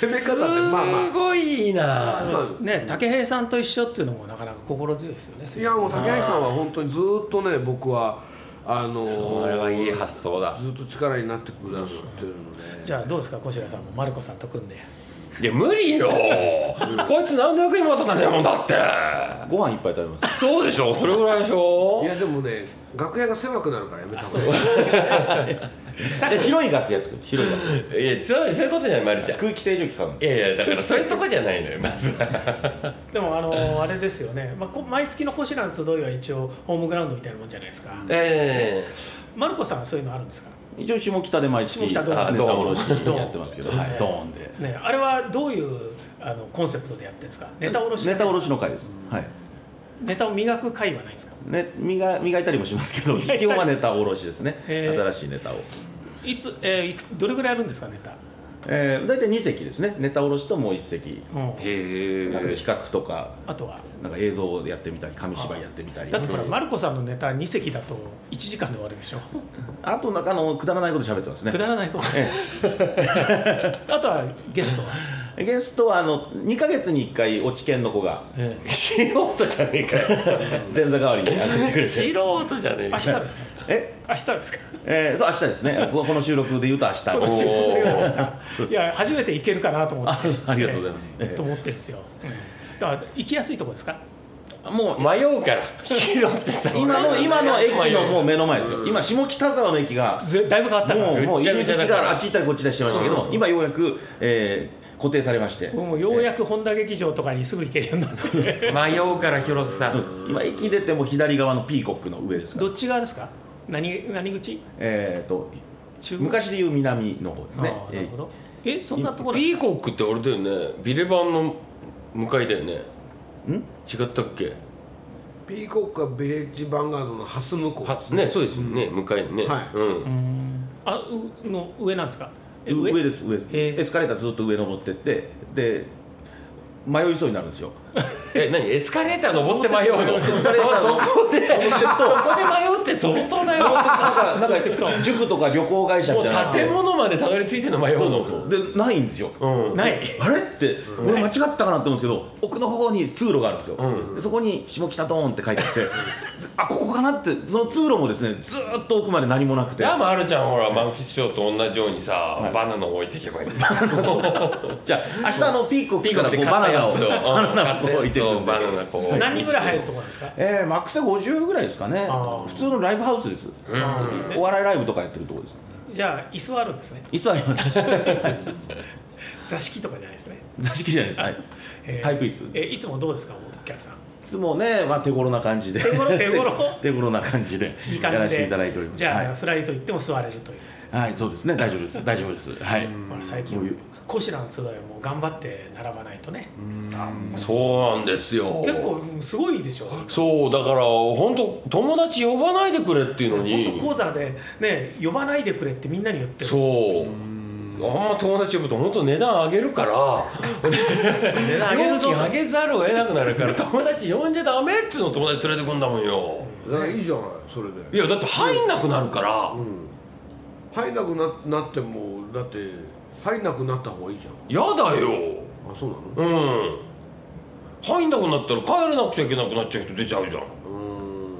Speaker 4: 攻め方ってまあまあ
Speaker 2: すごいいいな
Speaker 4: まあ
Speaker 3: ね武平さんと一緒っていうのもなかなか心強いですよね
Speaker 4: いやもう竹井さんは本当にずーっとね僕はあの
Speaker 2: これはいい発想だ
Speaker 4: ずっと力になってくださってるので
Speaker 3: じゃあどうですか小白さんもマルコさんと組んで
Speaker 2: いや無 理よこいつ何の役にも立たないもんだって
Speaker 1: ご飯いっぱい食べ ます
Speaker 2: そうでしょそれぐらいでしょ
Speaker 4: いやでもね楽屋が狭くなるからやめた方がいい
Speaker 1: で広い楽屋作って広い楽屋
Speaker 2: いやそうそういうことじゃないまるちゃん
Speaker 1: 空気清浄機買うの
Speaker 2: いやいやだからそういうとこじゃ ないのよまずは
Speaker 3: でもあのあれですよね、まあ、こ毎月の「星の集い」は一応ホームグラウンドみたいなもんじゃないですか、
Speaker 2: え
Speaker 3: マルコさんはそういうのあるんですか
Speaker 1: 一応下北で毎月
Speaker 3: 下北ドーン
Speaker 1: あネタ卸し
Speaker 3: ドーン
Speaker 1: やってますけどはいドーンで
Speaker 3: ね、あれはどういうあのコンセプトでやってるんですかネタ卸し
Speaker 1: ネタ卸しの会ですはい
Speaker 3: ネタを磨く会はないんですか
Speaker 1: ね、磨磨いたりもします けど
Speaker 3: 磨いたり
Speaker 1: 基本はネタ卸しですね
Speaker 3: へー
Speaker 1: 新しいネタを
Speaker 3: いつ、えーいつどれぐらいあるんですかネタ
Speaker 1: えー大体2席ですねネタ卸しともう1席
Speaker 3: うん
Speaker 2: えへ
Speaker 1: なんか
Speaker 2: え
Speaker 1: 企画とか
Speaker 3: あとは
Speaker 1: なんか映像をやってみたり紙芝居やってみたり
Speaker 3: だってほらマルコさんのネタ2席だと1時間で終わるでしょ
Speaker 1: あとなんかあのくだらないこと喋ってますね
Speaker 3: くだらないこと あとはゲストは
Speaker 1: ゲストはあの2ヶ月に1回落ち研の子が
Speaker 3: ええ
Speaker 2: 素人じゃねえかよ
Speaker 1: 前座代わりにやってくれて
Speaker 2: 素人じゃねえ
Speaker 3: 明
Speaker 2: か
Speaker 3: 日です
Speaker 2: よ
Speaker 3: か
Speaker 1: え
Speaker 3: 明日
Speaker 1: え
Speaker 3: ですか
Speaker 1: ーそう明日ですねここの収録で言うと明日
Speaker 2: の
Speaker 1: おー
Speaker 2: 収録で言うと
Speaker 3: いや初めて行けるかなと思って
Speaker 1: あありがとうございます
Speaker 3: ええと思ってですよ、だから行きやすいところですか
Speaker 1: もう
Speaker 2: 迷うから素人ってさ
Speaker 1: 今の今の駅のもう目の前ですよ
Speaker 4: うん
Speaker 1: 今下北沢の駅が
Speaker 3: ぜだいぶ変わったから
Speaker 1: もうもう入り口
Speaker 2: めちゃめちゃだか
Speaker 1: が
Speaker 2: ら
Speaker 1: あっち行ったりこっち行ったりしてましたけど、今ようやく、えー固定されまして、
Speaker 3: もうようやく本田劇場とかにすぐ行けるよう になって
Speaker 2: 迷うから広瀬さん
Speaker 1: うん今駅出ても左側のピーコックの上ですから
Speaker 3: どっち側ですか何何口
Speaker 1: えー、と
Speaker 3: 中国
Speaker 1: 昔でいう南の方ですね
Speaker 3: ああなるほどえそんなところ
Speaker 2: ピーコックって俺だよねビレバンの向かいだよね
Speaker 1: えーん
Speaker 2: 違ったっけ
Speaker 4: ピーコックはビレッジヴァンガードのハス向こう
Speaker 2: はねそうですよね向かいにね
Speaker 4: はい
Speaker 2: うん
Speaker 3: うんあうの上なんですかえ
Speaker 1: 上です上です、
Speaker 3: えー
Speaker 1: エスカレーターずっと上登ってってで迷いそうになるんですよ
Speaker 2: え、何エスカレーター登って迷うの
Speaker 1: エスカレーターの
Speaker 2: そこで、そこで迷うって相 当だよ。
Speaker 1: なんかなんか塾とか旅行会社
Speaker 2: も
Speaker 1: み
Speaker 2: う
Speaker 1: たいな
Speaker 2: 建物までたどり着いてんの迷う
Speaker 1: そう
Speaker 2: の。
Speaker 1: そうそうでないんですよ
Speaker 2: うん。。
Speaker 3: ないい
Speaker 1: あれって、俺間違ったかなって思うんですけど、奥の方に通路があるんですよ、
Speaker 2: うん
Speaker 1: でそこに下北ドーンって書いてあって、 あここかなって、その通路もですねずーっと奥まで何もなくて、じ
Speaker 2: あ
Speaker 1: ゃあ、
Speaker 2: まるちゃんほら、マンキ師匠と同じようにさ、
Speaker 1: い
Speaker 2: バナナを置いていけばいい。
Speaker 1: 明日あの ピーコッ
Speaker 2: ピ
Speaker 1: ク
Speaker 2: ー
Speaker 1: から
Speaker 2: コって
Speaker 1: こうバナナを、
Speaker 2: バ
Speaker 1: バ
Speaker 2: ナ
Speaker 1: ナ
Speaker 2: ナ
Speaker 1: ナを置いてるんで
Speaker 2: バナナこう。
Speaker 3: 何人ぐらい入るところですか
Speaker 1: えー、マックスで50ぐらいですかね
Speaker 3: あー、
Speaker 1: 普通のライブハウスです、
Speaker 2: うん
Speaker 1: お笑いライブとかやってるところです、
Speaker 3: じゃあ椅子はあるんですね
Speaker 1: いつあります
Speaker 3: 座敷とかじゃないですね
Speaker 1: 座敷じゃないです、はい、タイプ椅子。
Speaker 3: えいつもどうですかお客さん
Speaker 1: いつもね、まあ、手頃な感じで、
Speaker 3: 手頃手頃
Speaker 1: 手頃な感じで
Speaker 3: いい
Speaker 1: やら
Speaker 3: 感
Speaker 1: せ
Speaker 3: じ
Speaker 1: ていた
Speaker 3: で
Speaker 1: だいております。
Speaker 3: じゃあ、
Speaker 1: はい
Speaker 3: フライと言っても座れるという
Speaker 1: はい、そうですね、大丈夫です、大丈ほら
Speaker 3: ほら最近コシラのツアーも頑張って並ばないとね
Speaker 2: そうなんですよ
Speaker 3: 結構うんすごいでしょ
Speaker 2: そうだから本当友達呼ばないでくれっていうのに
Speaker 3: 本当講座でね呼ばないでくれってみんなに言ってる
Speaker 2: そうあんま友達呼ぶと本当値段上げるから 値
Speaker 3: 段上げるぞ
Speaker 2: 料金上げざるを得なくなるから友達呼んじゃダメっつうの友達連れてくんだもんよ
Speaker 4: だからいいじゃないそれで
Speaker 2: いやだって入んなくなるから、
Speaker 4: うん入んなくななってもだって入んなくなった方がいいじゃん
Speaker 2: やだよ
Speaker 4: あそう
Speaker 2: う
Speaker 4: なの
Speaker 2: ん入んなくなったら帰らなくちゃいけなくなっちゃう人出ちゃうじゃんだか
Speaker 4: うん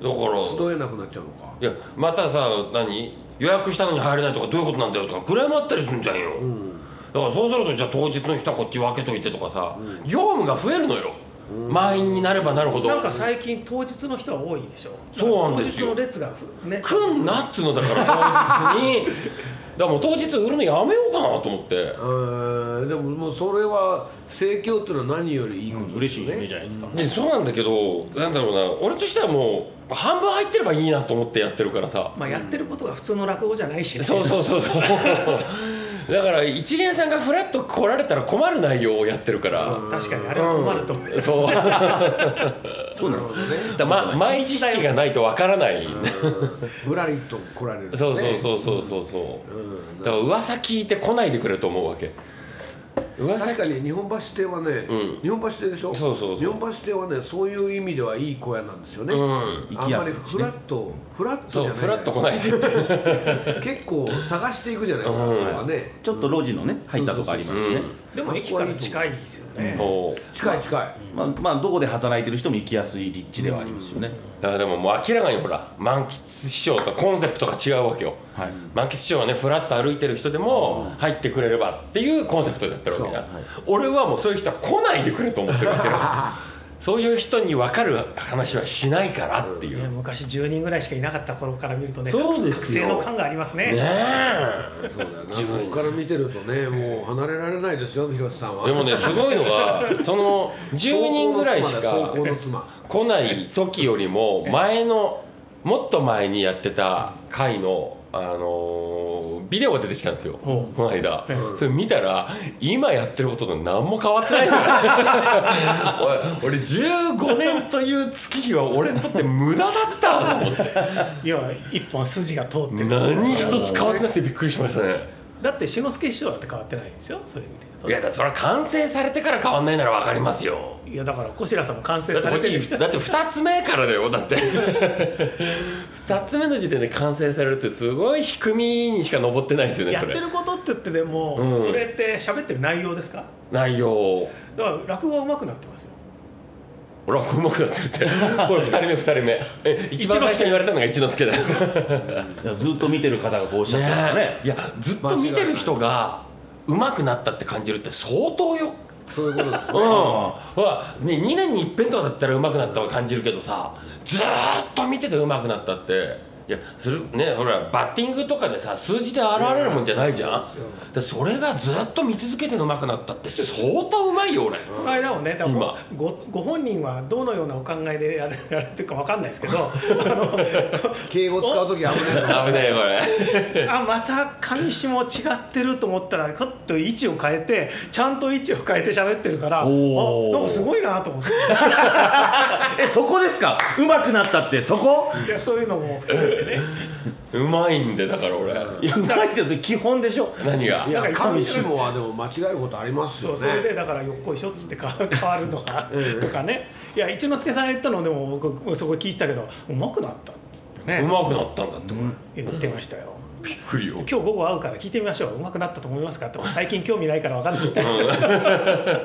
Speaker 2: ら
Speaker 4: 集えなくなっちゃうのか
Speaker 2: いやまたさ何予約したのに入れないとかどういうことなんだよとかクレームあったりするんじゃんよ、
Speaker 4: うん
Speaker 2: だからそうするとじゃあ当日の人はこっち分けといてとかさ、
Speaker 4: うん
Speaker 2: 業務が増えるのよ、
Speaker 4: うん
Speaker 2: 満員になればなるほど
Speaker 3: なんか最近当日の人は多いでしょ
Speaker 2: そうなんですよ
Speaker 3: 当日の列がね
Speaker 2: 来んなっつうのだから当日 にだからもう当日売るのやめようかなと思って
Speaker 4: えーでももうそれは盛況っていうのは何よりいいこと
Speaker 1: 嬉しい夢じ
Speaker 4: ゃ
Speaker 1: ゃないですか、
Speaker 2: でそうなんだけどなんだろうな俺としてはもう半分入ってればいいなと思ってやってるからさ
Speaker 3: まあやってることが普通の落語じゃないしね
Speaker 2: そうそうそうそうだ から一元さんがフラッと来られたら困る内容をやってるから、
Speaker 4: うん
Speaker 3: 確かにあれは困ると思う、
Speaker 2: そ う
Speaker 4: そうなるほどね
Speaker 2: だ からま毎日識がないとわからない、
Speaker 4: ぶらりと来られる、
Speaker 2: そ
Speaker 4: ね、
Speaker 2: うそうそうそうそうそう、
Speaker 4: うん
Speaker 2: だから噂聞いて来ないでくれと思うわけ噂
Speaker 4: 確かに日本橋亭はね、
Speaker 2: うん
Speaker 4: 日本橋亭でしょ
Speaker 2: そうそうそう
Speaker 4: 日本橋亭はねそういう意味ではいい小屋なんですよね、
Speaker 2: うん
Speaker 4: あんまりフラッとフラッ
Speaker 2: そう
Speaker 4: とじゃない
Speaker 2: フラッと来ないで
Speaker 4: 結構探していくじゃないですか、
Speaker 2: うん
Speaker 4: ここはね
Speaker 1: ちょっと路地のね入ったとこありますよね、
Speaker 3: でも駅から近いですよね、
Speaker 2: そう
Speaker 4: 近い近い、
Speaker 1: まあ、まあどこで働いてる人も行きやすい立地ではありますよね、
Speaker 2: だからでももう明らかにほら満喫師匠とコンセプトが違うわけよ
Speaker 1: はい
Speaker 2: 満喫師匠はねフラッと歩いてる人でも入ってくれればっていうコンセプトでやってるわけじゃん、俺はもうそういう人は来ないでくれと思ってるわけよ そういう人に分かる話はしないからっていう、
Speaker 3: ね昔10人ぐらいしかいなかった頃から見るとね
Speaker 2: そうですよ
Speaker 3: 覚醒の感がありますね
Speaker 2: ねえ
Speaker 4: そうだよなそこから見てるとねもう離れられないですよ広瀬さんは
Speaker 2: でもね、すごいの が、その10人ぐらいしか
Speaker 4: 高校の妻
Speaker 2: 来ない時よりも、前の、もっと前にやってた回の、あのービデオが出てきたんですよ、こ
Speaker 3: ほう
Speaker 2: の間
Speaker 3: ええ。
Speaker 2: それ見たら、今やってることと何も変わってない のおい俺、15年という月日は俺にとって無駄だったと 思って、
Speaker 3: 要は一本筋が通ってる
Speaker 2: 何一つ変わってなくてびっくりしましたね。
Speaker 3: だって志の輔師匠だって変わってないんですよそういう意味
Speaker 2: いや、だからそれは完成されてから変わんないなら分かりますよ。
Speaker 3: でいやだから小白さんも完成
Speaker 2: だって
Speaker 3: されてる
Speaker 2: だって2つ目からだよだって 2つ目の時点で完成されるってすごい低みにしか上ってないですよね
Speaker 3: やっ
Speaker 2: そ
Speaker 3: て
Speaker 2: れ
Speaker 3: ることって言ってでも、
Speaker 2: う
Speaker 3: そ
Speaker 2: ん
Speaker 3: れって喋ってる内容ですかだ
Speaker 2: 内容
Speaker 3: から落語は上手くなってますよ
Speaker 2: ほらうまくな ってるってこれ2人目2人目え一番最初に言われたのが一之輔だよ
Speaker 1: いやずっと見てる方がこうおっしゃってたから
Speaker 2: ね
Speaker 1: ね
Speaker 2: えいやずっと見てる人がうまくなったって感じるって相当よ
Speaker 4: そういうことで
Speaker 2: うんほらね2年に一遍とかだったらうまくなったは感じるけどさずーっと見ててうまくなったっていやするねほらバッティングとかでさ数字で現れるもんじゃないじゃんでそれがずーっと見続けてうまくなったって相当うまいよ俺
Speaker 3: この間もね、だから
Speaker 2: 今
Speaker 3: ごご本人はどのようなお考えでやるやってるかわかんないですけど、あの
Speaker 4: す敬語使う時危ない
Speaker 2: 危
Speaker 4: から
Speaker 2: ないよこれ
Speaker 3: あまた上下違ってると思ったら、カッと位置を変えて、ちゃんと位置を変えて喋ってるから、あなん
Speaker 1: おー
Speaker 3: かすごいなと思って、
Speaker 1: えそこですか上手くなったってそこ
Speaker 3: いやそういうのも含めてね、
Speaker 2: うまいんでだから俺
Speaker 1: いや上手いって基本でしょ
Speaker 2: 何が
Speaker 4: いや
Speaker 3: なんか
Speaker 4: 上下はでも間違えることあります
Speaker 3: そう
Speaker 4: よ
Speaker 3: それで
Speaker 4: ね
Speaker 3: だから、よっこいしょっつってか変わるのが、
Speaker 4: うん
Speaker 3: とかね、いや、一之輔さんが言ったの、でも僕、そこ聞いたけど、うまくなったってね
Speaker 2: う、まくなったんだってこ
Speaker 3: 言ってましたよ。
Speaker 2: れびっくりよ
Speaker 3: 今日午後会うから聞いてみましょう、うまくなったと思いますか って、最近興味ないから分かんないみたい
Speaker 2: うん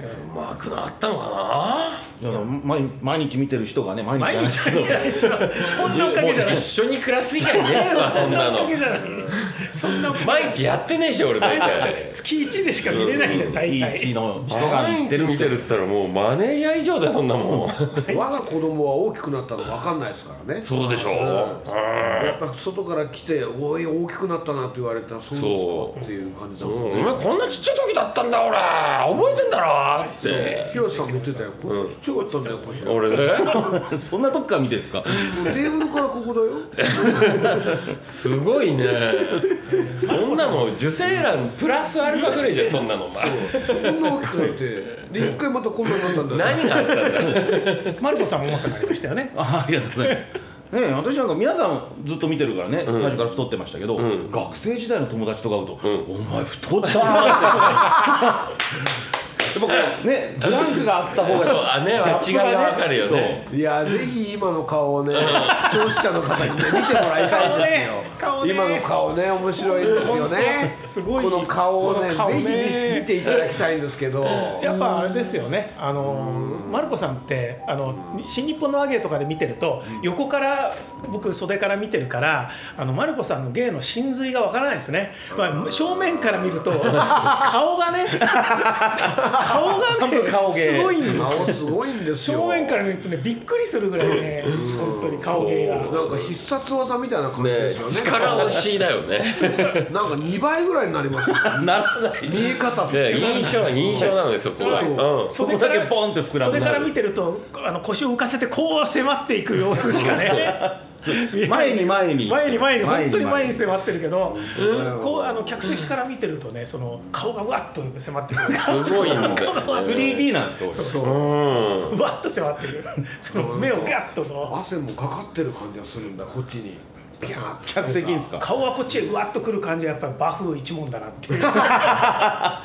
Speaker 2: うまくなったのかない
Speaker 1: や毎毎日見てる人がね毎日
Speaker 3: 毎日見てる人そんなおかげじゃない
Speaker 2: もう一緒に暮らす以外ねえわそんなの
Speaker 3: そんなおかげじゃないそんなおかげ
Speaker 2: 毎日やってねえし俺大体
Speaker 3: 月1でしか見れないんだよ、大
Speaker 1: いい
Speaker 3: 体。
Speaker 1: の人が見
Speaker 2: 毎日
Speaker 1: てる
Speaker 2: 見てるっつったらもうマネージャー以上だよそんなもん
Speaker 4: 我が子供は大きくなったの分かんないですからね
Speaker 2: そうでしょ
Speaker 4: やっぱ外から来て「おい大きくなったな」って言われたらそう
Speaker 2: そう
Speaker 4: っていう感じだ
Speaker 2: うんお前こ
Speaker 4: もんね
Speaker 2: んなちっちゃい時日だったんだ俺覚えてんだろって
Speaker 4: 清さん見てたよこれ
Speaker 2: うん
Speaker 4: ちっちゃかったんだよこれ
Speaker 2: 俺ね
Speaker 1: そんなとこから見てるんですか
Speaker 4: テーブルからここだよ
Speaker 2: すごいねそんなの受精卵プラスアルファぐらいじゃんそんなのお前
Speaker 4: こんな大きくなってで一回またこんなになったんだよ
Speaker 2: 何があったんだ
Speaker 3: マルコさんもうまくなりましたよね
Speaker 1: あありがとうございます。ねえ私なんか皆さんずっと見てるからね、
Speaker 2: うん
Speaker 1: 最初から太ってましたけど、
Speaker 2: うん
Speaker 1: 学生時代の友達とか会うと、
Speaker 2: う
Speaker 1: お前太ったなって。やっ ぱこうね、ブランクがあった方が
Speaker 2: そうあね違いがわかるよね
Speaker 4: いやぜひ今の 顔をね聴取者の方にね見てもらいたいんですよ
Speaker 3: 顔ね顔ね
Speaker 4: 今の顔ね面白いですよね
Speaker 3: すごい
Speaker 4: この顔をね
Speaker 3: この顔ね
Speaker 4: ぜひ見ていただきたいんですけど
Speaker 3: やっぱあれですよね、あのマルコさんってあの、新日本のアゲとかで見てると、横から、僕、袖から見てるから、あのマルコさんの芸の真髄がわからないですね、まあ、正面から見ると、顔がね、顔がね、
Speaker 1: 顔芸
Speaker 3: すごいんです
Speaker 4: 顔すごいんですよ
Speaker 3: 正面から見るとね、びっくりするぐらいね、本当に顔芸が。
Speaker 4: なんか必殺技みたいな感じですよね
Speaker 2: 力押しだよね
Speaker 4: なんか2倍ぐらいになりますよ
Speaker 1: ならない。
Speaker 4: 見え方って
Speaker 2: で印象印象なのよそこは、うん、
Speaker 1: そこだけポンって膨らむ
Speaker 3: 袖から見てるとあの腰を浮かせてこう迫っていく様子しかね
Speaker 1: 前に前に
Speaker 3: 前に前に
Speaker 1: 前に
Speaker 3: 本当に前に迫ってるけど
Speaker 4: うん
Speaker 3: こうあの客席から見てるとねその顔がうわっと迫ってくる
Speaker 2: すご いんだよね
Speaker 1: 3D なんですよ。俺
Speaker 4: そう
Speaker 2: うん
Speaker 3: うわっと迫ってくるその目をガッとの
Speaker 4: 汗もかかってる感じがするんだこっちにビャーって
Speaker 1: 客席ですか。
Speaker 3: 顔はこっちへうわっとくる感じがやっぱりバフ一問だなってい うバ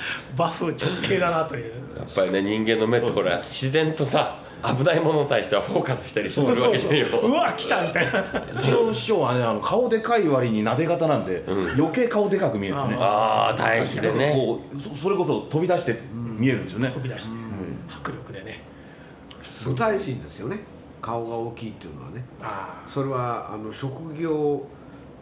Speaker 3: フ直径だなという
Speaker 2: やっぱりね人間の目ってほら自然とさ危ないものに対してはフォーカスしたりするわけじゃんよ
Speaker 3: うわ来たみたいな
Speaker 1: うちの師匠はね、あの顔でかい割に撫で方なんで、
Speaker 2: うん
Speaker 1: 余計顔でかく見えるんですね。
Speaker 2: ああ大事でね
Speaker 1: こうそそれこそ飛び出して見えるんですよね。
Speaker 3: 飛び出して
Speaker 1: うん
Speaker 3: 迫力でね
Speaker 4: 舞台人ですよね顔が大きいっていうのはね
Speaker 3: あ
Speaker 4: それはあの職業、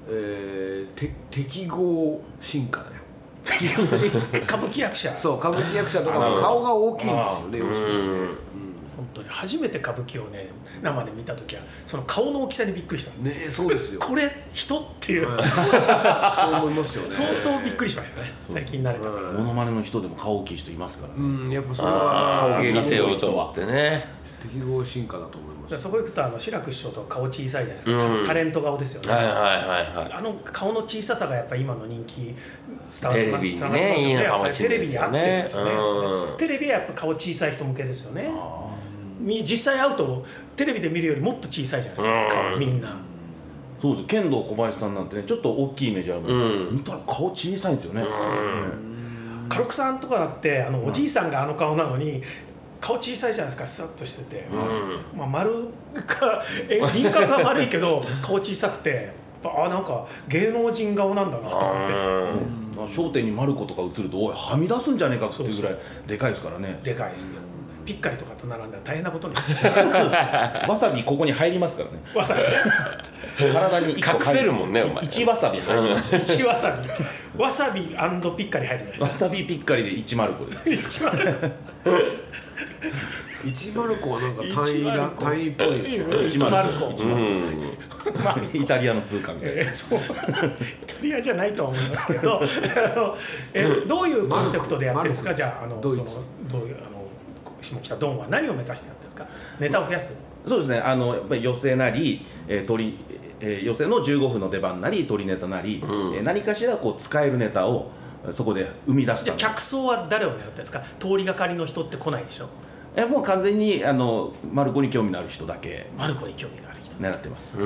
Speaker 4: えー、て適合進化だよ
Speaker 3: ー歌舞伎役者
Speaker 4: そう歌舞伎役者とか
Speaker 2: なるほ
Speaker 4: も
Speaker 2: ど
Speaker 4: 顔が大きいん
Speaker 2: う
Speaker 4: ですよね
Speaker 2: ん
Speaker 3: 本当に初めて歌舞伎をね生で見た時はその顔の大きさにびっくりした
Speaker 4: うん、ねそうですよ
Speaker 3: これ人っていう、
Speaker 4: うんそう思いますよね
Speaker 3: 相当びっくりしましたね最近慣れたから、
Speaker 1: モノマネの人でも顔大きい人いますからね。
Speaker 4: うん、やっぱそれ
Speaker 2: ああ
Speaker 4: は顔芸
Speaker 2: 見
Speaker 4: が
Speaker 2: せようと思ってね
Speaker 4: 適合進化だと思います
Speaker 3: そこ行くとあの志らく師匠と顔小さいじゃないですか、
Speaker 2: うん
Speaker 3: タレント顔ですよね、
Speaker 2: はいはいはい
Speaker 3: あ
Speaker 2: はい
Speaker 3: の顔の小ささがやっぱ今の人気伝わ
Speaker 2: テ
Speaker 3: って
Speaker 2: レ
Speaker 3: ます
Speaker 2: ビに
Speaker 3: 伝わってます
Speaker 2: ねいいのかも
Speaker 3: やっぱり
Speaker 2: しれないですよね
Speaker 3: テレビに合ってるんですねテレビはやっぱ顔小さい人向けですよね
Speaker 1: あ
Speaker 3: み実際会うとテレビで見るよりもっと小さいじゃないですか顔
Speaker 2: うん
Speaker 3: みんな
Speaker 1: ーそうです剣道小林さんなんてねちょっと大きいイメージあるの
Speaker 2: う
Speaker 1: に、見
Speaker 2: ん
Speaker 1: たら顔小さいんですよね、
Speaker 2: うん
Speaker 3: カロクさんとかだってあのおじいさんがあの顔なのに顔小さいじゃないですかスラッとしてて、
Speaker 2: うん
Speaker 3: まあ、丸かえ輪郭は丸いけど顔小さくてあなんか芸能人顔なんだなと
Speaker 1: うんま
Speaker 3: 思っ
Speaker 1: あ商店にマルコとか映るとおいはみ出すんじゃねえかっていうぐらいでかいですからね
Speaker 3: てでかいですよピッカリとかと並んだら大変なことに
Speaker 1: わさびここに入りますからね
Speaker 3: わさ
Speaker 1: 体に一個
Speaker 2: 隠せるもんねお前
Speaker 1: 一わさび入ります
Speaker 3: び 一わさびわさびピッカリ入ってま
Speaker 1: わさびピッカリで一マルコです
Speaker 4: 一丸子はなんか単位だ
Speaker 3: 一丸子
Speaker 4: 単位っぽいですよね
Speaker 3: 一丸子
Speaker 1: 一
Speaker 2: うん
Speaker 1: マルコイタリアの通貨みたい
Speaker 3: え
Speaker 1: な
Speaker 3: ーそうイタリアじゃないとは思いますけどあの、えーどういうコンセプトでやってるんです
Speaker 4: マ
Speaker 3: か、
Speaker 4: ルコ
Speaker 3: じゃあ、あの
Speaker 4: ドイツ
Speaker 3: そのどういうあの下北ドンは何を目指してやってるんですか、ネタを増やす、
Speaker 1: そうですね、あのやっぱり寄せなり、えー、鳥えー寄せの15分の出番なり、鳥ネタなり、
Speaker 2: うん
Speaker 1: えー何かしらこう使えるネタをそこで生み出した
Speaker 3: じゃあ
Speaker 1: の、
Speaker 3: 客層は誰を狙ってるんですか、通りがかりの人って来ないでしょ、
Speaker 1: えーもう完全にあのマルコに興味のある人だけ
Speaker 3: マルコに興味がある人、
Speaker 1: 狙ってます。
Speaker 2: う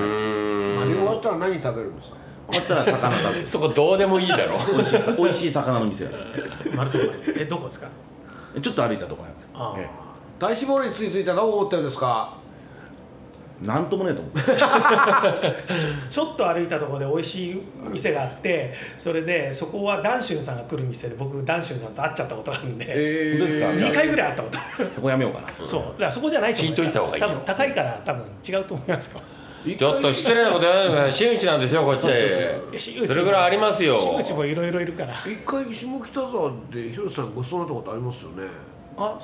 Speaker 2: ん
Speaker 4: 見終わったら何食べるんですか
Speaker 1: 終わったら魚食べ る
Speaker 2: そこどうでもいいだろ
Speaker 1: 美味しい魚の店です
Speaker 3: マルコえどこですか、
Speaker 1: ちょっと歩いたところなんです
Speaker 3: あー
Speaker 1: え
Speaker 4: 体脂肪率についてはどう思ってるんですか
Speaker 1: えなんともねえと思って
Speaker 3: ちょっと歩いたところで美味しい店があって、それでそこはダンシュンさんが来る店で、僕、ダンシュンさんと会っちゃったことがあるんで、
Speaker 4: え
Speaker 1: ー
Speaker 3: 2回ぐらい会ったことある。
Speaker 1: そこやめようかな
Speaker 3: そう、だからそこじゃないと思
Speaker 2: 聞いといた方がいいよ
Speaker 3: 多分高いから、多分違うと思いますよ。
Speaker 2: ちょっと失礼なことやらないで真打ちなんですよこっちそれぐらいありますよ
Speaker 3: うちもいろいろいるから。
Speaker 4: 一回下北沢で広瀬さんごちそうになったことありますよね
Speaker 3: あ、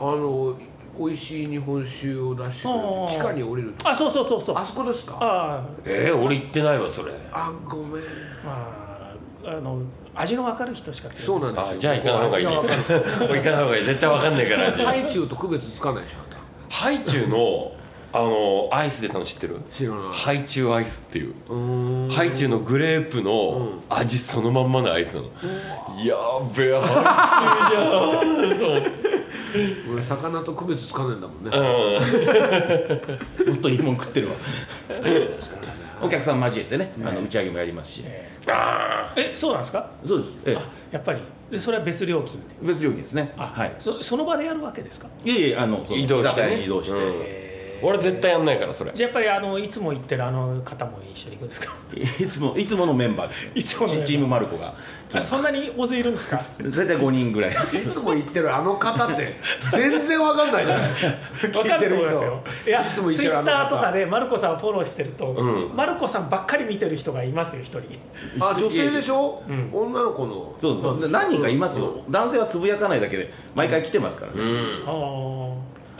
Speaker 4: あの美味しい日本酒を出してくれる地下に降りるとこ
Speaker 3: あ、そうそうそうそう。
Speaker 4: あそこですか
Speaker 3: あ
Speaker 2: えー、俺行ってないわそれ
Speaker 4: あごめん
Speaker 3: まあ、ああの味の分かる人しか来て
Speaker 4: そうなん
Speaker 2: あ
Speaker 4: です
Speaker 2: じゃ
Speaker 4: よ
Speaker 2: あ行かない方がいい。
Speaker 3: わかん
Speaker 2: ここ行かない方がいい。絶対わかんないから。
Speaker 4: ハイチュウと区別つかないでしょあんた
Speaker 2: ハイチュウのあのアイスでたの知ってる？
Speaker 4: 知らない
Speaker 2: ハイチュウアイスっていう。
Speaker 4: うーん
Speaker 2: ハイチュウのグレープの味そのまんまのアイスなの。やーべえ、ハイチュウじゃんと思って。
Speaker 4: 俺魚と区別つかないんだもん ね、
Speaker 1: 本当にいいもん食ってるわお客さん交えてね、あの打ち上げもやりますし、
Speaker 3: え
Speaker 2: あ
Speaker 3: ーえそうなんですか
Speaker 1: そうです、え
Speaker 3: あやっぱりでそれは別料金で
Speaker 1: え、別料金ですね、
Speaker 3: あ、
Speaker 1: はい、
Speaker 3: そその場でやるわけですか
Speaker 1: いえいえ、あのその
Speaker 2: 移動して
Speaker 1: 居酒屋
Speaker 2: ね
Speaker 1: に移動して、
Speaker 2: うん
Speaker 3: え
Speaker 2: ー俺絶対やんないからそれ。
Speaker 3: じゃあやっぱりあのいつも行ってるあの方も一緒に行くんですか
Speaker 1: いつもいつものメンバーです、
Speaker 3: いつものメ
Speaker 1: チー
Speaker 3: ンバー
Speaker 1: ムマルコが、
Speaker 3: あそんなに大勢いるんですか
Speaker 1: 大体5人ぐらい、
Speaker 4: いつも言ってるあの方って 全然わかんないじゃない
Speaker 3: わかると思いますよ。いや、ツ
Speaker 4: いつも言って
Speaker 3: イ
Speaker 4: る
Speaker 3: ッ
Speaker 4: あの
Speaker 3: ターとか
Speaker 4: 方
Speaker 3: で、マルコさんをフォローしてると、
Speaker 2: うん
Speaker 3: マルコさんばっかり見てる人がいますよ、一人。
Speaker 4: あ女性でしょ、
Speaker 3: うん
Speaker 4: 女の子の
Speaker 1: そうそうで何人かいますよ、男性はつぶやかないだけで、毎回来てますから
Speaker 2: う
Speaker 1: ね、
Speaker 2: ん。
Speaker 3: あー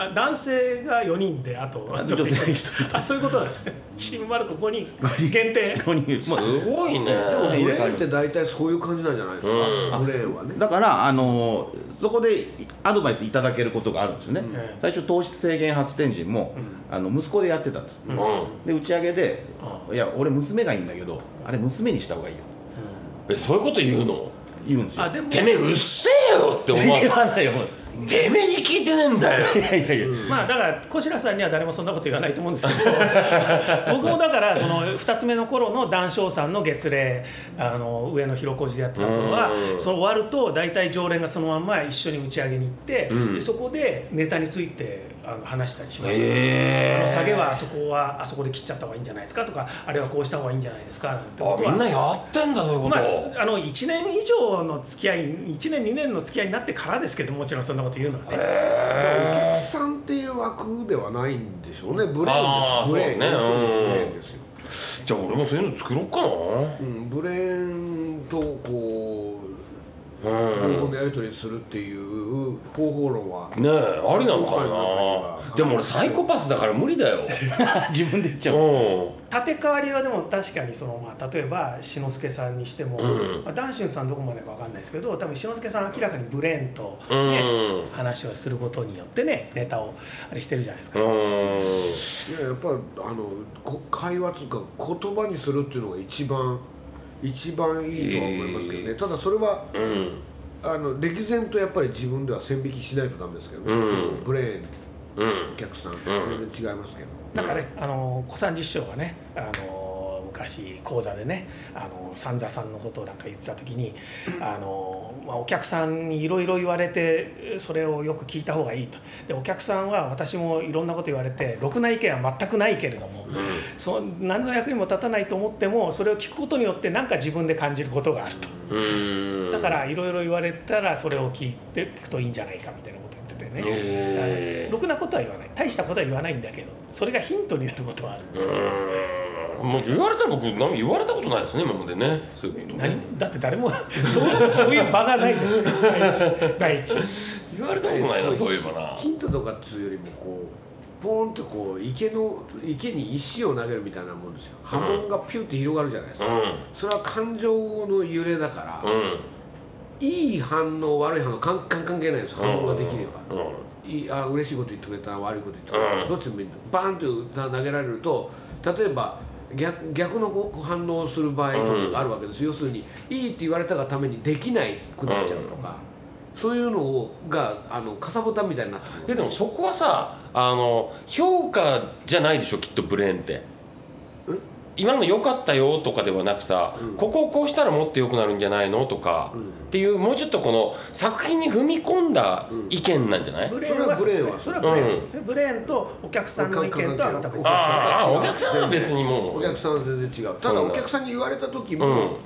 Speaker 3: あ男性が4人で、あと、
Speaker 1: あ女性が一人
Speaker 3: あそういうことなんですね。チームマルコ5人
Speaker 1: 5人
Speaker 3: 限定。
Speaker 1: 5人、もう
Speaker 2: すごいね。
Speaker 4: でも
Speaker 1: 入れ替わ
Speaker 4: 俺
Speaker 1: る
Speaker 4: って大体そういう感じなんじゃないですか、
Speaker 2: うん
Speaker 4: 俺は ね
Speaker 1: だから、あのそこでアドバイスいただけることがあるんですよね、
Speaker 3: ん
Speaker 1: 最初、糖質制限発電人も、
Speaker 3: う
Speaker 1: あの息子でやってたんです。
Speaker 2: うん。
Speaker 1: で打ち上げで
Speaker 3: あ
Speaker 1: 「いや俺娘がいいんだけどあれ娘にした方がいいよ
Speaker 2: えそういうこと言うの？」
Speaker 1: 言うんですよ
Speaker 3: あでも
Speaker 2: てめえうっせえよって思わ
Speaker 1: 言わ
Speaker 2: ない。
Speaker 1: ないよもう
Speaker 2: てめえに聞いてねえんだ
Speaker 1: い
Speaker 2: よ。
Speaker 1: やいやいや、
Speaker 3: まあだから小白さんには誰もそんなこと言わないと思うんですけ ど僕もだからその2つ目の頃の談笑さんの月齢あの上野広小路でやってたのは
Speaker 2: うん
Speaker 3: その終わると大体常連がそのまんま一緒に打ち上げに行って、
Speaker 2: うん
Speaker 3: でそこでネタについてあの話したりします、
Speaker 2: ええ。
Speaker 3: あの下げはあそこはあそこで切っちゃった方がいいんじゃないですかとかあれはこうした方がいいんじゃないですかなんて
Speaker 2: あ
Speaker 3: ことは
Speaker 2: みんなやってんだそういうこと。
Speaker 3: まあ、あの1年以上の付き合い1年2年の付き合いになってからですけどもちろんそんなこと言うのはね、
Speaker 2: へえ
Speaker 4: お客さんっていう枠ではないんでしょうねブレ
Speaker 2: あー
Speaker 4: ーンですブレーン
Speaker 2: そうねうん
Speaker 4: ブレーンですよ
Speaker 2: じゃあ俺もそういうの作ろうかな。
Speaker 4: うん、ブレーンとこ
Speaker 2: う
Speaker 4: う日本
Speaker 2: ん。
Speaker 4: で
Speaker 2: ね
Speaker 4: やり取りするっていう方法論は
Speaker 2: え、ありなのかな。でも俺サイコパスだから無理だよ。
Speaker 1: 自分で言っちゃう
Speaker 2: う
Speaker 3: 立て替わりはでも確かにその、まあ、例えば志の輔さんにしても、
Speaker 2: うん
Speaker 3: まあ、ダンシュンさんどこまでかわかんないですけど多分志の輔さん明らかにブレーンと、
Speaker 2: ん。う
Speaker 3: ね
Speaker 2: ん。
Speaker 3: 話をすることによってねネタをあれしてるじゃないです
Speaker 2: う
Speaker 3: か、
Speaker 2: ん。
Speaker 4: いややっぱあのこ会話というか言葉にするっていうのが一番一番いいとは思いますけど
Speaker 2: え
Speaker 4: ね、
Speaker 2: ー
Speaker 4: ただそれは
Speaker 2: うん。
Speaker 4: あの歴然とやっぱり自分では線引きしないとダメですけどね、
Speaker 2: うん
Speaker 4: ブレーン
Speaker 2: うん
Speaker 4: お。客さん、
Speaker 2: うん
Speaker 4: 全然違いますけど
Speaker 3: だからねあの小三治師匠がねあの昔講座でねあの三座さんのことをなんか言ってた時にあの、まあ、お客さんにいろいろ言われてそれをよく聞いた方がいいとでお客さんは私もいろんなこと言われてろくな意見は全くないけれども、
Speaker 2: うん
Speaker 3: その何の役にも立たないと思ってもそれを聞くことによって何か自分で感じることがあると、
Speaker 2: うん。
Speaker 3: だからいろいろ言われたらそれを聞いていくといいんじゃないかみたいなこと言っててね、
Speaker 2: へー
Speaker 3: ろくなことは言わない大したことは言わないんだけどそれがヒントになることはある
Speaker 2: うん。もう言われたら僕何も言われたことないですね今までね。そういうことね
Speaker 3: 何だって誰もそうそういう場がないです第一
Speaker 2: 言われたことないなそういえばな。
Speaker 4: ヒントとかっつうよりもこうポーンとこう池の池に石を投げるみたいなもんですよ波紋がピュって広がるじゃないです
Speaker 2: う
Speaker 4: か、
Speaker 2: ん。
Speaker 4: それは感情の揺れだから、
Speaker 2: うん。
Speaker 4: いい反応悪い反応関関関係ないです反応ができれば、
Speaker 2: うん。
Speaker 4: いいあ嬉しいこと言ってくれた悪いこと言ってくれた、
Speaker 2: うん
Speaker 4: どっちでもいいんだバーンと投げられると例えば逆逆のこう反応をする場合とかあるわけです、要するにいいって言われたがためにできないくなっちゃうとか、そういうのをがあのかさぶたみたいにな
Speaker 2: で
Speaker 4: ってく
Speaker 2: で
Speaker 4: る
Speaker 2: もそこはさあの評価じゃないでしょきっとブレーンって
Speaker 4: うん
Speaker 2: 今の良かったよとかではなくさ、
Speaker 4: うん
Speaker 2: ここをこうしたらもっと良くなるんじゃないのとか、
Speaker 4: うん
Speaker 2: っていうもうちょっとこの作品に踏み込んだ
Speaker 4: うん
Speaker 2: 意見なんじゃない、
Speaker 3: ブレーンは
Speaker 4: それはブレーンは
Speaker 3: それはブレーン、ブレーンとお客さんの意見とはまた別
Speaker 4: お客さん
Speaker 2: あああお客さんは別にもう
Speaker 4: お客さんは全然違うただお客さんに言われた時も、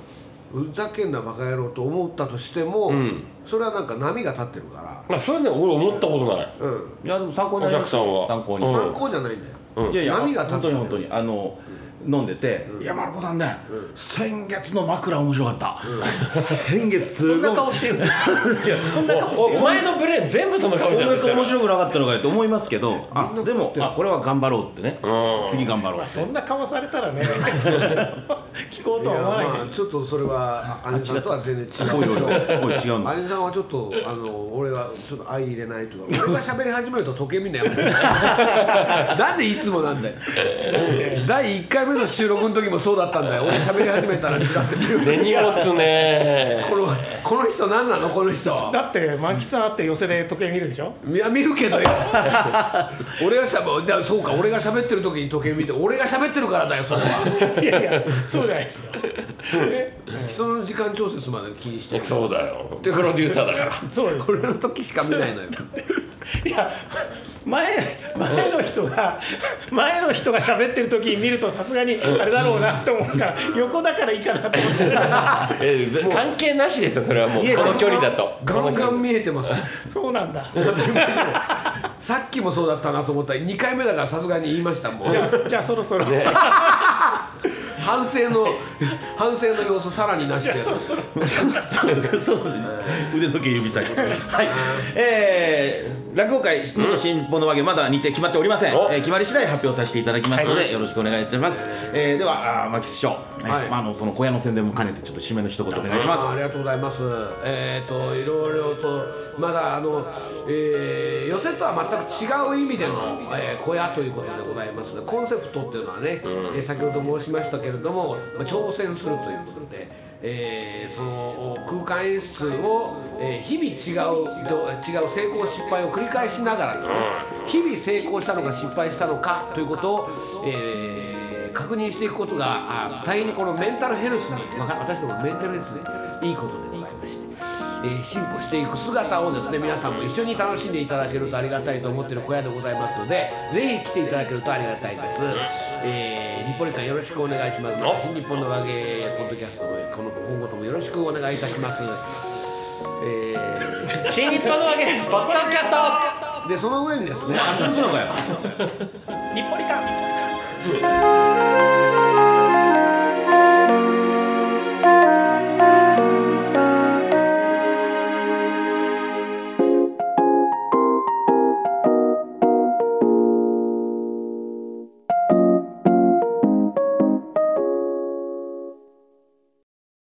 Speaker 4: ふざけんなバカ野郎と思ったとして
Speaker 2: う
Speaker 4: も、
Speaker 2: ん
Speaker 4: それはなんか波が立ってるから、
Speaker 2: まあ、そういうの俺思ったことない、
Speaker 4: うん、
Speaker 1: いやでも参考になります
Speaker 2: お客
Speaker 1: 参
Speaker 2: さんは
Speaker 1: 考に、
Speaker 2: うん
Speaker 4: 参考じゃないんだよ
Speaker 2: うん
Speaker 1: いやいや
Speaker 4: 波が立
Speaker 1: 本
Speaker 4: って
Speaker 1: 当に本当に
Speaker 4: る
Speaker 1: あの、飲んでて「
Speaker 4: うん
Speaker 1: いや丸子さんね、
Speaker 4: うん
Speaker 1: 先月の枕面白かった、
Speaker 4: う
Speaker 1: 先月すごい
Speaker 3: そんな顔して
Speaker 1: い
Speaker 3: る
Speaker 1: や
Speaker 3: そんな顔
Speaker 2: おお前のブレーン全部その
Speaker 1: こ
Speaker 2: 顔に
Speaker 1: れ
Speaker 2: なってる
Speaker 1: 面白くなかったのかよって思いますけどあでもあこれは頑張ろうってね
Speaker 2: うん
Speaker 1: 次頑張ろうって
Speaker 3: そんな顔されたらね聞こうとは思わない
Speaker 4: やまあちょっとそれはあ姉さんとは全然違う
Speaker 1: おいおいおい 違うの
Speaker 4: 姉さんはちょっとあの俺はちょっと相入れないというか俺が喋り始めると時計見んなよなんでいつもなんだよ第1回目の収録の時もそうだったんだよ俺喋り始めたら違ってくる
Speaker 2: 根に持つ ね
Speaker 4: このこの人何なのこの人
Speaker 3: だって満喫さんあって寄せで時計見るでしょ
Speaker 4: いや見るけどよ俺がしゃべだそうか俺が喋ってる時に時計見て俺が喋ってるからだよそれ はい
Speaker 3: やいやそうじゃないですよ、ねうん
Speaker 4: 人の時間調節まで気にしてる
Speaker 2: そうだよ
Speaker 4: で
Speaker 2: プロデューサーだから
Speaker 3: そうです
Speaker 4: 俺の時しか見ないのよ
Speaker 3: いや前前の人が前の人が喋ってる時に見るとさすがにあれだろうなと思うから横だからいいかなと思ってた
Speaker 2: えー関係なしですよそれはもう
Speaker 4: いや
Speaker 2: この距離だと
Speaker 4: ガンガン見えて ます
Speaker 3: そうなんだ
Speaker 4: さっきもそうだったなと思ったら2回目だからさすがに言いましたもん
Speaker 3: じゃあ じゃあそろそろ、
Speaker 2: ね
Speaker 4: 反省の反省の様子さらになしてやる
Speaker 1: そうです腕時計指先はいえー、落語会新報のわけまだ日程決まっておりません、
Speaker 2: お
Speaker 1: えー決まり次第発表させていただきますので、
Speaker 2: はい
Speaker 1: よろしくお願いいたします、えーではあー牧師師匠、
Speaker 4: はい
Speaker 1: まあ、あのその小屋の宣伝も兼ねてちょっと締めの一言お願いします
Speaker 4: あーありがとうございます。えっ、といろいろとまだあの、えー、寄せとは全く違う意味での、えー小屋ということでございますのでコンセプトっていうのはね、
Speaker 2: うん
Speaker 4: えー先ほど申しましたけれども、まあ挑戦するということで。えーその空間演出を、えー日々違うど違う成功失敗を繰り返しながらですね、日々成功したのか失敗したのかということを、えー確認していくことがあ大変にこのメンタルヘルスに、まあ私どもメンタルヘルスでいいことでございまして、えー進歩していく姿をですね皆さんも一緒に楽しんでいただけるとありがたいと思っている小屋でございますのでぜひ来ていただけるとありがたいです、えー、日暮里さんよろしくお願いします
Speaker 2: お
Speaker 4: 新日本の和芸ポッドキャストのこの今後ともよろしくお願いいたしますえー
Speaker 2: 新日本のわけポッドキャスト
Speaker 4: でその上にですね
Speaker 1: あそうなのかよ
Speaker 3: 日暮里か